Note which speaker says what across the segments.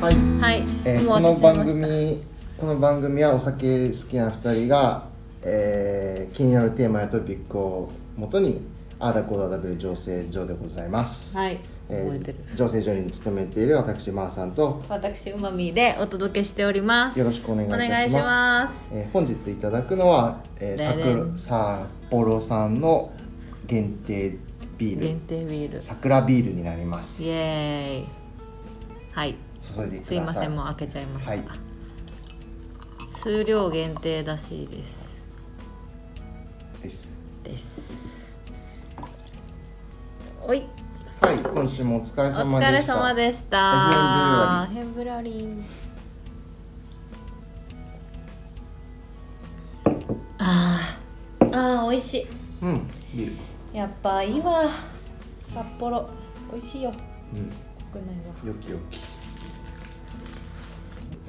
Speaker 1: はい、
Speaker 2: はい、
Speaker 1: えー
Speaker 2: もう
Speaker 1: この
Speaker 2: 当てちゃい
Speaker 1: 番
Speaker 2: ました
Speaker 1: 組この番組はお酒好きな2人が、えー気になるテーマやトピックをもとにあーだこーだ食べる情勢上でございます、
Speaker 2: はい
Speaker 1: え
Speaker 2: 覚えてる
Speaker 1: ー、情勢上に勤めている私まーさんと
Speaker 2: 私うまみでお届けしております
Speaker 1: よろしくお願いいたします
Speaker 2: お願いします
Speaker 1: えー本日いただくのは、えー、
Speaker 2: だ
Speaker 1: さ
Speaker 2: れ
Speaker 1: く札幌産の限定ビー
Speaker 2: 限
Speaker 1: ル
Speaker 2: 定ビール
Speaker 1: 桜ビールになります
Speaker 2: イエーイはい
Speaker 1: 注いでください
Speaker 2: すいませんもう開けちゃいました、
Speaker 1: はい
Speaker 2: 数量限定だしいです
Speaker 1: です
Speaker 2: ですおい
Speaker 1: はい今週もお疲れ
Speaker 2: お
Speaker 1: 様で
Speaker 2: 疲れ
Speaker 1: した
Speaker 2: 様でしたヘンブラリンあーあー美味し
Speaker 1: うんビール
Speaker 2: いやっぱいいわ札幌美味しいよ
Speaker 1: うん
Speaker 2: 国内は
Speaker 1: よきよき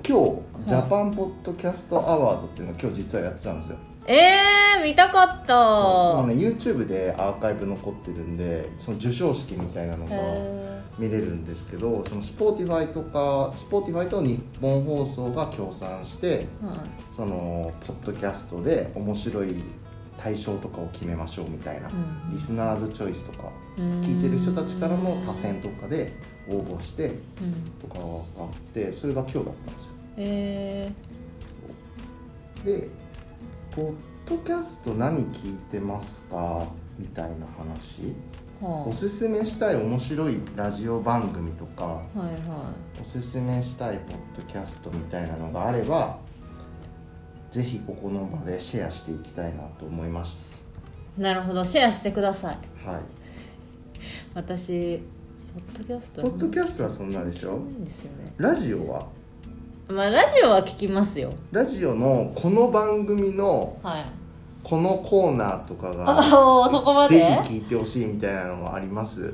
Speaker 1: 今日ジャパンポッドキャストアワードっていうのを今日実はやってたんですよ
Speaker 2: えー、見たかった
Speaker 1: もうね YouTube でアーカイブ残ってるんでその授賞式みたいなのが
Speaker 2: へ
Speaker 1: 見れるんですけどその Spotify とか Spotify と日本放送が協賛して
Speaker 2: ーうん
Speaker 1: そのポッドキャストで面白い対象とかを決めましょうみたいな、
Speaker 2: うん
Speaker 1: リスナーズチョイスとか
Speaker 2: うん
Speaker 1: 聞いてる人たちからの多選とかで応募して
Speaker 2: うん
Speaker 1: とかがあってそれが今日だったんですよ
Speaker 2: え
Speaker 1: で「ポッドキャスト何聞いてますか?」みたいな話
Speaker 2: ー、は
Speaker 1: おすすめしたい面白いラジオ番組とか
Speaker 2: あはいは
Speaker 1: おすすめしたいポッドキャストみたいなのがあればぜひここの場でシェアしていきたいなと思います
Speaker 2: いなるほどシェアしてください
Speaker 1: はい
Speaker 2: 私ポッドキャスト
Speaker 1: ポッドキャストはそんなでしょ
Speaker 2: ないんですよね
Speaker 1: ラジオは
Speaker 2: まあラジオは聞きますよ
Speaker 1: ラジオのこの番組の
Speaker 2: はい
Speaker 1: このコーナーとか
Speaker 2: あ
Speaker 1: が
Speaker 2: おー そこまで
Speaker 1: ぜひ聞いてほしいみたいなのもあります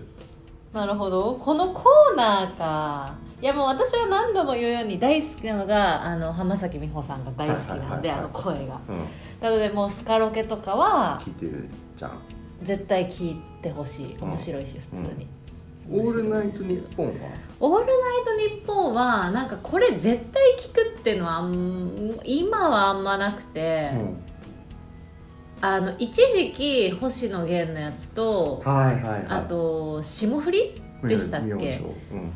Speaker 2: なるほどこのコーナーかいやもう私は何度も言うように大好きなのがあの浜崎美穂さんが大好きな
Speaker 1: は
Speaker 2: んで、
Speaker 1: いはいはいはい
Speaker 2: あの声が
Speaker 1: うん
Speaker 2: なのでもうスカロケとかは
Speaker 1: 聞いてるじゃん
Speaker 2: 絶対聞いてほしい
Speaker 1: うん
Speaker 2: 面白いし普通に、
Speaker 1: オ
Speaker 2: 面
Speaker 1: ー
Speaker 2: 白い
Speaker 1: ルナイ
Speaker 2: で
Speaker 1: ト
Speaker 2: すけ
Speaker 1: ニ
Speaker 2: ど
Speaker 1: ッポンは
Speaker 2: オールナイトニッポンはなんかこれ絶対聞くっていうのはあん今はあんまなくて、
Speaker 1: うん
Speaker 2: あの一時期星野源のやつと
Speaker 1: はいはいはい
Speaker 2: あと霜降りでしたっ
Speaker 1: 明星
Speaker 2: け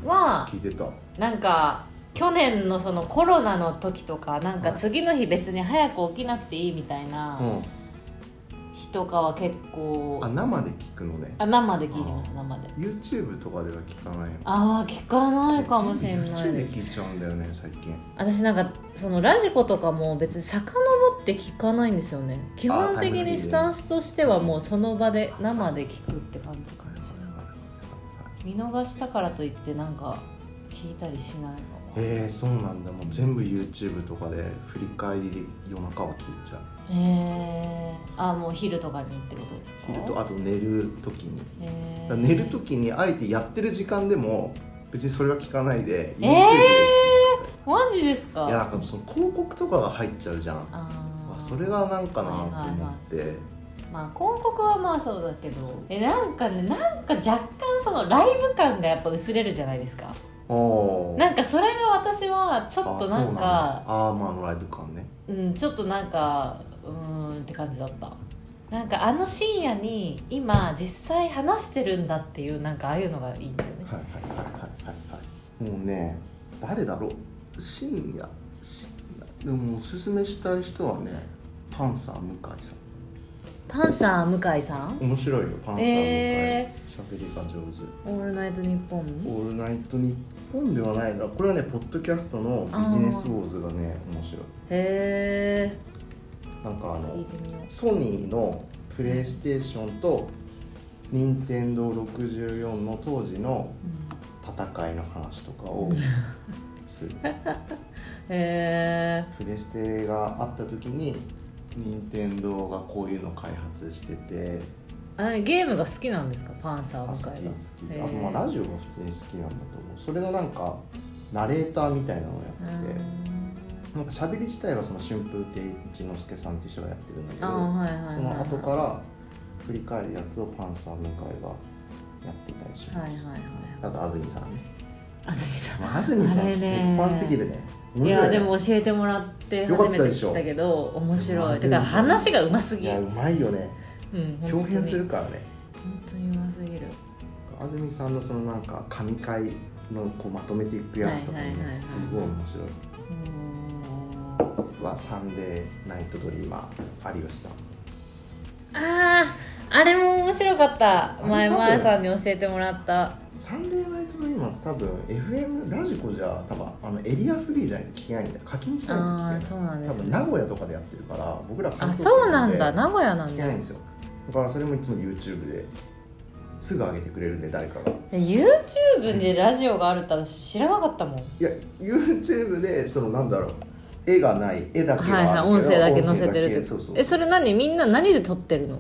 Speaker 1: うん
Speaker 2: は
Speaker 1: 聞いてた
Speaker 2: なんか去年のそのコロナの時とかなんか
Speaker 1: はい
Speaker 2: 次の日別に早く起きなくていいみたいな
Speaker 1: うん
Speaker 2: 日とかは結構
Speaker 1: あ生で聞くのね
Speaker 2: あ生で聞いてます
Speaker 1: あー
Speaker 2: 生で
Speaker 1: YouTube とかでは聞かないよ
Speaker 2: ああ聞かないかもしれな
Speaker 1: YouTube
Speaker 2: い
Speaker 1: で
Speaker 2: です
Speaker 1: 聞いちゃうんだよね最近
Speaker 2: 私なんかそのラジコとかも別に遡って聞かないんですよね基本的にスタンスとしてはもうその場で生で聞くって感じかもしれない見逃したからといってなんか聞いたりしないかも
Speaker 1: えー、そうなんだもう全部 YouTube とかで振り返りで夜中は聞いちゃう
Speaker 2: えー、あもう昼とかにってことですか
Speaker 1: 昼とあと寝る時に
Speaker 2: え
Speaker 1: だか
Speaker 2: ー
Speaker 1: ら寝る時にあえてやってる時間でも別にそれは聞かないで YouTube
Speaker 2: え
Speaker 1: で聞いち
Speaker 2: ー
Speaker 1: ゃう
Speaker 2: マジですか
Speaker 1: いやなんかその広告とかが入っちゃうじゃん
Speaker 2: あ
Speaker 1: あ
Speaker 2: ー
Speaker 1: それがなんかなと思って、
Speaker 2: まあ広告はまあそうだけどえなんかねなんか若干そのライブ感がやっぱ薄れるじゃないですか
Speaker 1: おー
Speaker 2: なんかそれが私はちょっとなん
Speaker 1: あ
Speaker 2: か
Speaker 1: そうなんだあーまあライブ感ね
Speaker 2: うんちょっとなんかうーんって感じだったなんかあの深夜に今実際話してるんだっていうなんかああいうのがいいんだよね
Speaker 1: はいはいはいはいはいはいもうね誰だろう深夜深夜でもおすすめしたい人はねパンサー向井さ
Speaker 2: パンサー向井さん
Speaker 1: ん面白いよパンサー向井
Speaker 2: え
Speaker 1: 喋りが上手
Speaker 2: 「オールナイトニッポ
Speaker 1: 「
Speaker 2: ン
Speaker 1: オールナイトニッポン」ではないなこれはねポッドキャストのビジネスウォーズがね面白い」
Speaker 2: へえ
Speaker 1: なんかあの
Speaker 2: 聞いてみよう
Speaker 1: ソニーのプレイステーションと任天堂64の当時の
Speaker 2: うん
Speaker 1: 戦いの話とかをする
Speaker 2: へえ
Speaker 1: プレステがあった時に任天堂がこういうの開発してて
Speaker 2: あゲームが好きなんですかパンサ
Speaker 1: あ
Speaker 2: ー
Speaker 1: 好
Speaker 2: 向
Speaker 1: き好
Speaker 2: 井
Speaker 1: き
Speaker 2: がへ
Speaker 1: あ
Speaker 2: ー
Speaker 1: とまあラジオが普通に好きなんだと思うそれのなんかナレーターみたいなのを
Speaker 2: う
Speaker 1: やってて
Speaker 2: ん
Speaker 1: なんか喋り自体はその春風亭一之輔さんっていう人がやってるんだけ
Speaker 2: あ
Speaker 1: ど
Speaker 2: はいはいはいはい
Speaker 1: その後から振り返るやつをパンサー向井がやってたりし
Speaker 2: は
Speaker 1: ま
Speaker 2: い
Speaker 1: す、
Speaker 2: はいはい
Speaker 1: あと安住さんね
Speaker 2: 安住さん
Speaker 1: まあ安住さん
Speaker 2: あれ
Speaker 1: 鉄
Speaker 2: ね
Speaker 1: 板すぎるね面
Speaker 2: い
Speaker 1: 白
Speaker 2: や
Speaker 1: ね
Speaker 2: でも教えてもらって
Speaker 1: よか
Speaker 2: 初
Speaker 1: っ
Speaker 2: め
Speaker 1: た
Speaker 2: て
Speaker 1: でし
Speaker 2: 知
Speaker 1: ょ
Speaker 2: ったけど面白い
Speaker 1: 安住さ
Speaker 2: てか
Speaker 1: ん
Speaker 2: 話がうます
Speaker 1: い
Speaker 2: ぎ
Speaker 1: やう
Speaker 2: る
Speaker 1: まいよね
Speaker 2: うん本当に
Speaker 1: 表現するからね
Speaker 2: 本当にうますぎる
Speaker 1: 安住さんのそのなんか神回のこうまとめていくやつとかも
Speaker 2: はいはいはいは
Speaker 1: ね
Speaker 2: い
Speaker 1: すごい面白い。
Speaker 2: うーん
Speaker 1: はサンデーナイトドリーマー有吉さん。
Speaker 2: あーあれも面白かっ
Speaker 1: あ
Speaker 2: た
Speaker 1: れ
Speaker 2: 前
Speaker 1: 多分
Speaker 2: 前さんに教えてもらった
Speaker 1: サンデーナイトドリーマーって多分 FM ラジコじゃ多分あのエリアフリーじゃないと聞けないんだよ課金しないと聞けない
Speaker 2: あーそうなんです
Speaker 1: 多
Speaker 2: ね
Speaker 1: 分名古屋とかでやってるから僕ら
Speaker 2: あ
Speaker 1: 関東
Speaker 2: そうなんだ
Speaker 1: 圏
Speaker 2: 名古屋な
Speaker 1: で聞
Speaker 2: ん
Speaker 1: け
Speaker 2: だ
Speaker 1: ないんですよだからそれもいつも YouTube ですぐ上げてくれるんで誰かが
Speaker 2: で YouTube でラジオがあるって私知らなかったもん
Speaker 1: いや YouTube でそのなんだろう絵がない絵だけ
Speaker 2: はいはい
Speaker 1: がある
Speaker 2: 音
Speaker 1: けど
Speaker 2: 声だけ載せてる
Speaker 1: 音
Speaker 2: って
Speaker 1: 声だけそうそう
Speaker 2: えそれ何みんな何で撮ってるの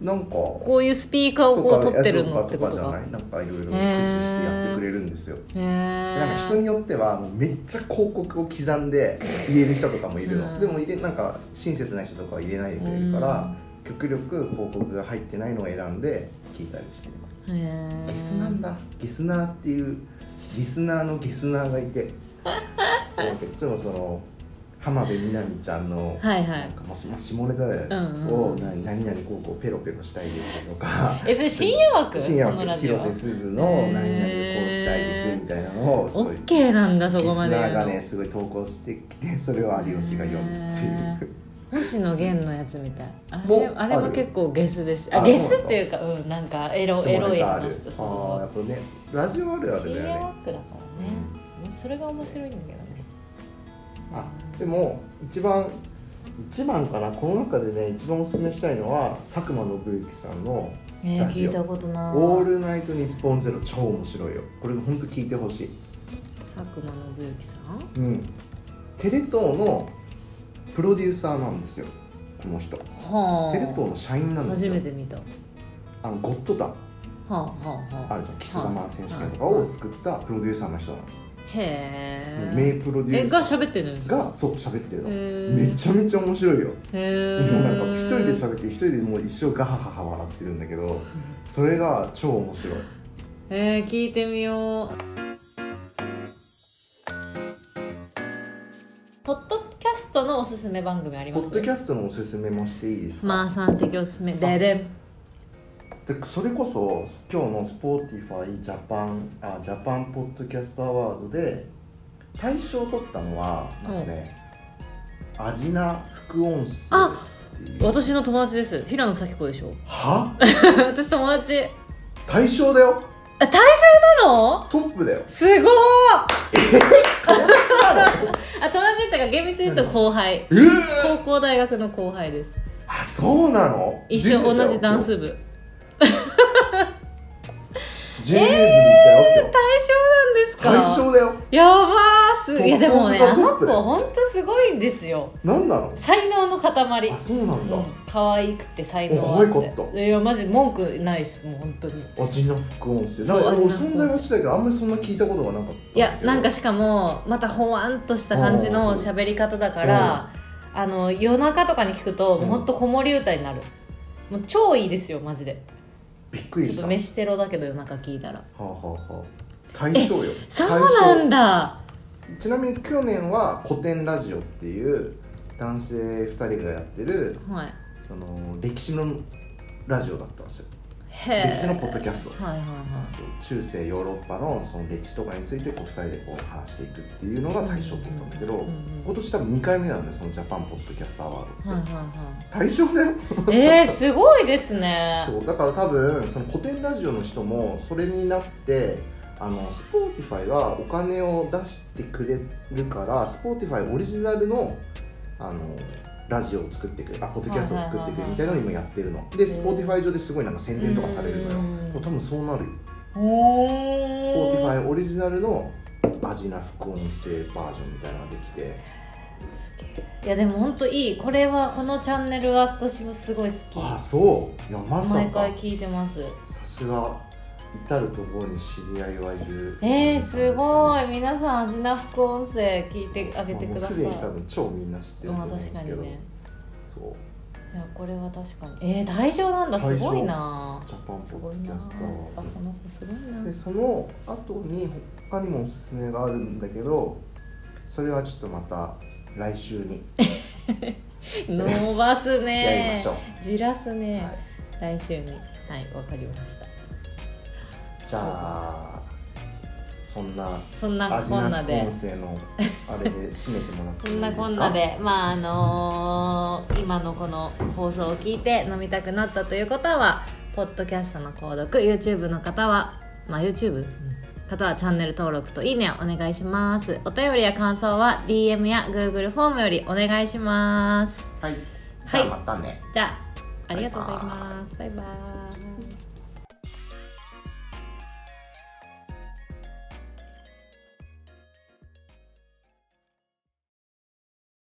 Speaker 1: なんか
Speaker 2: こういうスピーカーをこう撮ってるのってこと
Speaker 1: とかじゃな
Speaker 2: か
Speaker 1: いなんかいろいろ駆使してやってくれるんですよ
Speaker 2: へ
Speaker 1: なんか人
Speaker 2: え
Speaker 1: によってはもうめっちゃ広告を刻んで入れる人とかもいるの、
Speaker 2: うん
Speaker 1: でも入れなんか親切な人とかは入れないでくれるから、極力広告が入ってないのを選んで聞いたりしてゲスなんだゲスナーっていうリスナーのゲスナーがい てなんかいつもその浜辺美波ちゃんの
Speaker 2: はいは
Speaker 1: ないんかもしもし下ネタ
Speaker 2: んうん
Speaker 1: をな何々こうこうペロペロしたいですと か
Speaker 2: えそれ深夜枠
Speaker 1: 深夜
Speaker 2: この
Speaker 1: は
Speaker 2: ラジオ
Speaker 1: 広瀬すずの何々こうしたいですみたいなのをす
Speaker 2: オ
Speaker 1: ごい
Speaker 2: ッケーなんだそこまで
Speaker 1: リスナ
Speaker 2: 言う
Speaker 1: ーが
Speaker 2: の、
Speaker 1: ねすごい投稿してきてそれを有吉が読むっていう
Speaker 2: 星野源のやつみたいあ
Speaker 1: も
Speaker 2: れあれ
Speaker 1: あ
Speaker 2: も
Speaker 1: る
Speaker 2: 結構ゲスですあ
Speaker 1: あ
Speaker 2: ゲスっていうかうんなんかエロエロい
Speaker 1: があるあ
Speaker 2: 話とそう
Speaker 1: ーや
Speaker 2: そ
Speaker 1: っぱねラジオあるあ
Speaker 2: うそう
Speaker 1: る
Speaker 2: 深
Speaker 1: だ
Speaker 2: 夜
Speaker 1: よね
Speaker 2: 枠だからね、それが面白いんだけどね
Speaker 1: あでも一番一番かなこの中でね一番おすすめしたいのは佐久間信之さんの
Speaker 2: えー、
Speaker 1: ラジ
Speaker 2: 聞
Speaker 1: オ
Speaker 2: いたこ
Speaker 1: 「
Speaker 2: とない
Speaker 1: オールナイトニッポンゼロ超面白いよこれ本当聞いてほしい
Speaker 2: 佐久間信之さん
Speaker 1: うんテレ東のプロデューサーなんですよこの人
Speaker 2: はあ
Speaker 1: テレ東の社員なんです
Speaker 2: 初
Speaker 1: よ
Speaker 2: めて見たは
Speaker 1: あのゴッドタン
Speaker 2: あはあはあ
Speaker 1: あるじゃんキス我慢選手権とかを作ったプロデューサーの人なの、
Speaker 2: へ
Speaker 1: 名
Speaker 2: え
Speaker 1: プロデュ
Speaker 2: え
Speaker 1: ー
Speaker 2: が
Speaker 1: サー
Speaker 2: 喋ってるんですか
Speaker 1: がそう喋ってるの、め
Speaker 2: め
Speaker 1: ちゃめちゃ面白いよ、
Speaker 2: ゃへ
Speaker 1: もう
Speaker 2: え
Speaker 1: なんか一人で喋って一人でもう一生ガハハハ笑ってるんだけどそれが超面白い
Speaker 2: えー、聞いてみようポッドキャストのおすすめ番組あり
Speaker 1: ポ
Speaker 2: ます
Speaker 1: ッドキャストのおすすめもしていいですか、
Speaker 2: まあさん的おすすめででん
Speaker 1: でそれこそ今日の Spotify ジャパンあジャパンポッドキャストアワードで大賞を取ったのはなんかね、アジナ副音声
Speaker 2: あ
Speaker 1: っていう
Speaker 2: 私の友達です平野咲子で しょ
Speaker 1: は
Speaker 2: 私友達え
Speaker 1: 大賞だよ
Speaker 2: 対象なの
Speaker 1: トップだよ
Speaker 2: すごー
Speaker 1: 友達なの
Speaker 2: あ友達っていうか厳密に言うと後輩
Speaker 1: えー
Speaker 2: 高校大学の後輩です
Speaker 1: あそうなの
Speaker 2: 一緒同じダンス
Speaker 1: 部
Speaker 2: 部対
Speaker 1: ジェネーブに行っ
Speaker 2: 象
Speaker 1: た
Speaker 2: なん
Speaker 1: よ
Speaker 2: で
Speaker 1: 今日
Speaker 2: すか
Speaker 1: 大賞だよ
Speaker 2: やばーすいやでもね
Speaker 1: トッ
Speaker 2: あ
Speaker 1: プオ
Speaker 2: の
Speaker 1: ブザトップ
Speaker 2: 子ほんとすごいんですよ
Speaker 1: 何なの
Speaker 2: 才能の塊
Speaker 1: あそうなんだ、
Speaker 2: うん可愛くて才能あって
Speaker 1: 可愛かった
Speaker 2: いやマジ文句ないっすもう本当に
Speaker 1: アジナ副音声
Speaker 2: う
Speaker 1: なんか
Speaker 2: ア
Speaker 1: 俺
Speaker 2: ジナ副音声
Speaker 1: 存在はしてたけどあんまりそんな聞いたことがなかっただけど
Speaker 2: いやなんかしかもまたほわんとした感じの喋り方だからあの夜中とかに聞くと
Speaker 1: うん
Speaker 2: もうほんと子守歌になるもう超いいですよマジで
Speaker 1: びっくり
Speaker 2: ちょ
Speaker 1: し
Speaker 2: っと
Speaker 1: た
Speaker 2: 飯テロだけど夜中聞いたら
Speaker 1: はあ、はあはあ、大賞よ
Speaker 2: そうなんだ
Speaker 1: 大賞ちなみに去年は古典ラジオっていう男性2人がやってる
Speaker 2: はい
Speaker 1: その歴史のラジオだったんですよ
Speaker 2: へえ
Speaker 1: 歴史のポッドキャスト
Speaker 2: はいはいはい
Speaker 1: 中世ヨーロッパのその歴史とかについてこう2人でこう話していくっていうのが大賞を取ったんだけど、
Speaker 2: うんうんうん
Speaker 1: 今年多分2回目なのねそのジャパンポッドキャストアワードって、
Speaker 2: はいは
Speaker 1: 大賞だよ
Speaker 2: いはいえー、すごいですね
Speaker 1: そうだから多分その古典ラジオの人もそれになってあの Spotify がお金を出してくれるから Spotify オリジナルのあのラジオを作ってくれあポッドキャストを作ってくれみたいなのを今やってるので Spotify 上ですごいなんか宣伝とかされるのよ
Speaker 2: うん
Speaker 1: もう多分そうなるよ
Speaker 2: お
Speaker 1: Spotify オリジナルのアジナ副音声バージョンみたいなのができて
Speaker 2: いやでも本当いいこれはこのチャンネルは私もすごい好き
Speaker 1: あそういやまさ
Speaker 2: 毎
Speaker 1: か
Speaker 2: 回聞いてます
Speaker 1: さすが至る所に知り合いはいる
Speaker 2: えー、すご
Speaker 1: い
Speaker 2: い皆さんアジナ副音声聞いてあげてください
Speaker 1: もうすでに多分超みんな知ってると
Speaker 2: ま
Speaker 1: 思う
Speaker 2: あ
Speaker 1: んで
Speaker 2: 確
Speaker 1: す
Speaker 2: か
Speaker 1: けど、
Speaker 2: にね
Speaker 1: そう
Speaker 2: いやこれは確かにえー、大丈なんだす
Speaker 1: 大丈
Speaker 2: ごいな
Speaker 1: ジャパン
Speaker 2: す
Speaker 1: ポ
Speaker 2: ご
Speaker 1: ッ
Speaker 2: い
Speaker 1: ドキ
Speaker 2: な
Speaker 1: ャ
Speaker 2: あ
Speaker 1: スタ
Speaker 2: こ
Speaker 1: ー
Speaker 2: の子すごいな
Speaker 1: でその後に他にもおすすめがあるんだけどそれはちょっとまた来週に
Speaker 2: 伸ばす
Speaker 1: やりま
Speaker 2: ね
Speaker 1: しょう、
Speaker 2: じらすね、
Speaker 1: はい、
Speaker 2: 来週にはいわかりました
Speaker 1: じゃあそんな
Speaker 2: そんな
Speaker 1: 味
Speaker 2: こん
Speaker 1: な
Speaker 2: な
Speaker 1: き
Speaker 2: で
Speaker 1: 音声のあれで締めてもらって
Speaker 2: そ
Speaker 1: いい
Speaker 2: ん
Speaker 1: で
Speaker 2: な
Speaker 1: すか
Speaker 2: こんなでまああのー今のこの放送を聞いて飲みたくなったという方はポッドキャストの購読 YouTube の方はまあ YouTube うん方はチャンネル登録といいねをお願いしますお便りや感想は DM や Google フォームよりお願いします
Speaker 1: はいじゃあまたね、
Speaker 2: じゃあありがとうございますバイバーイ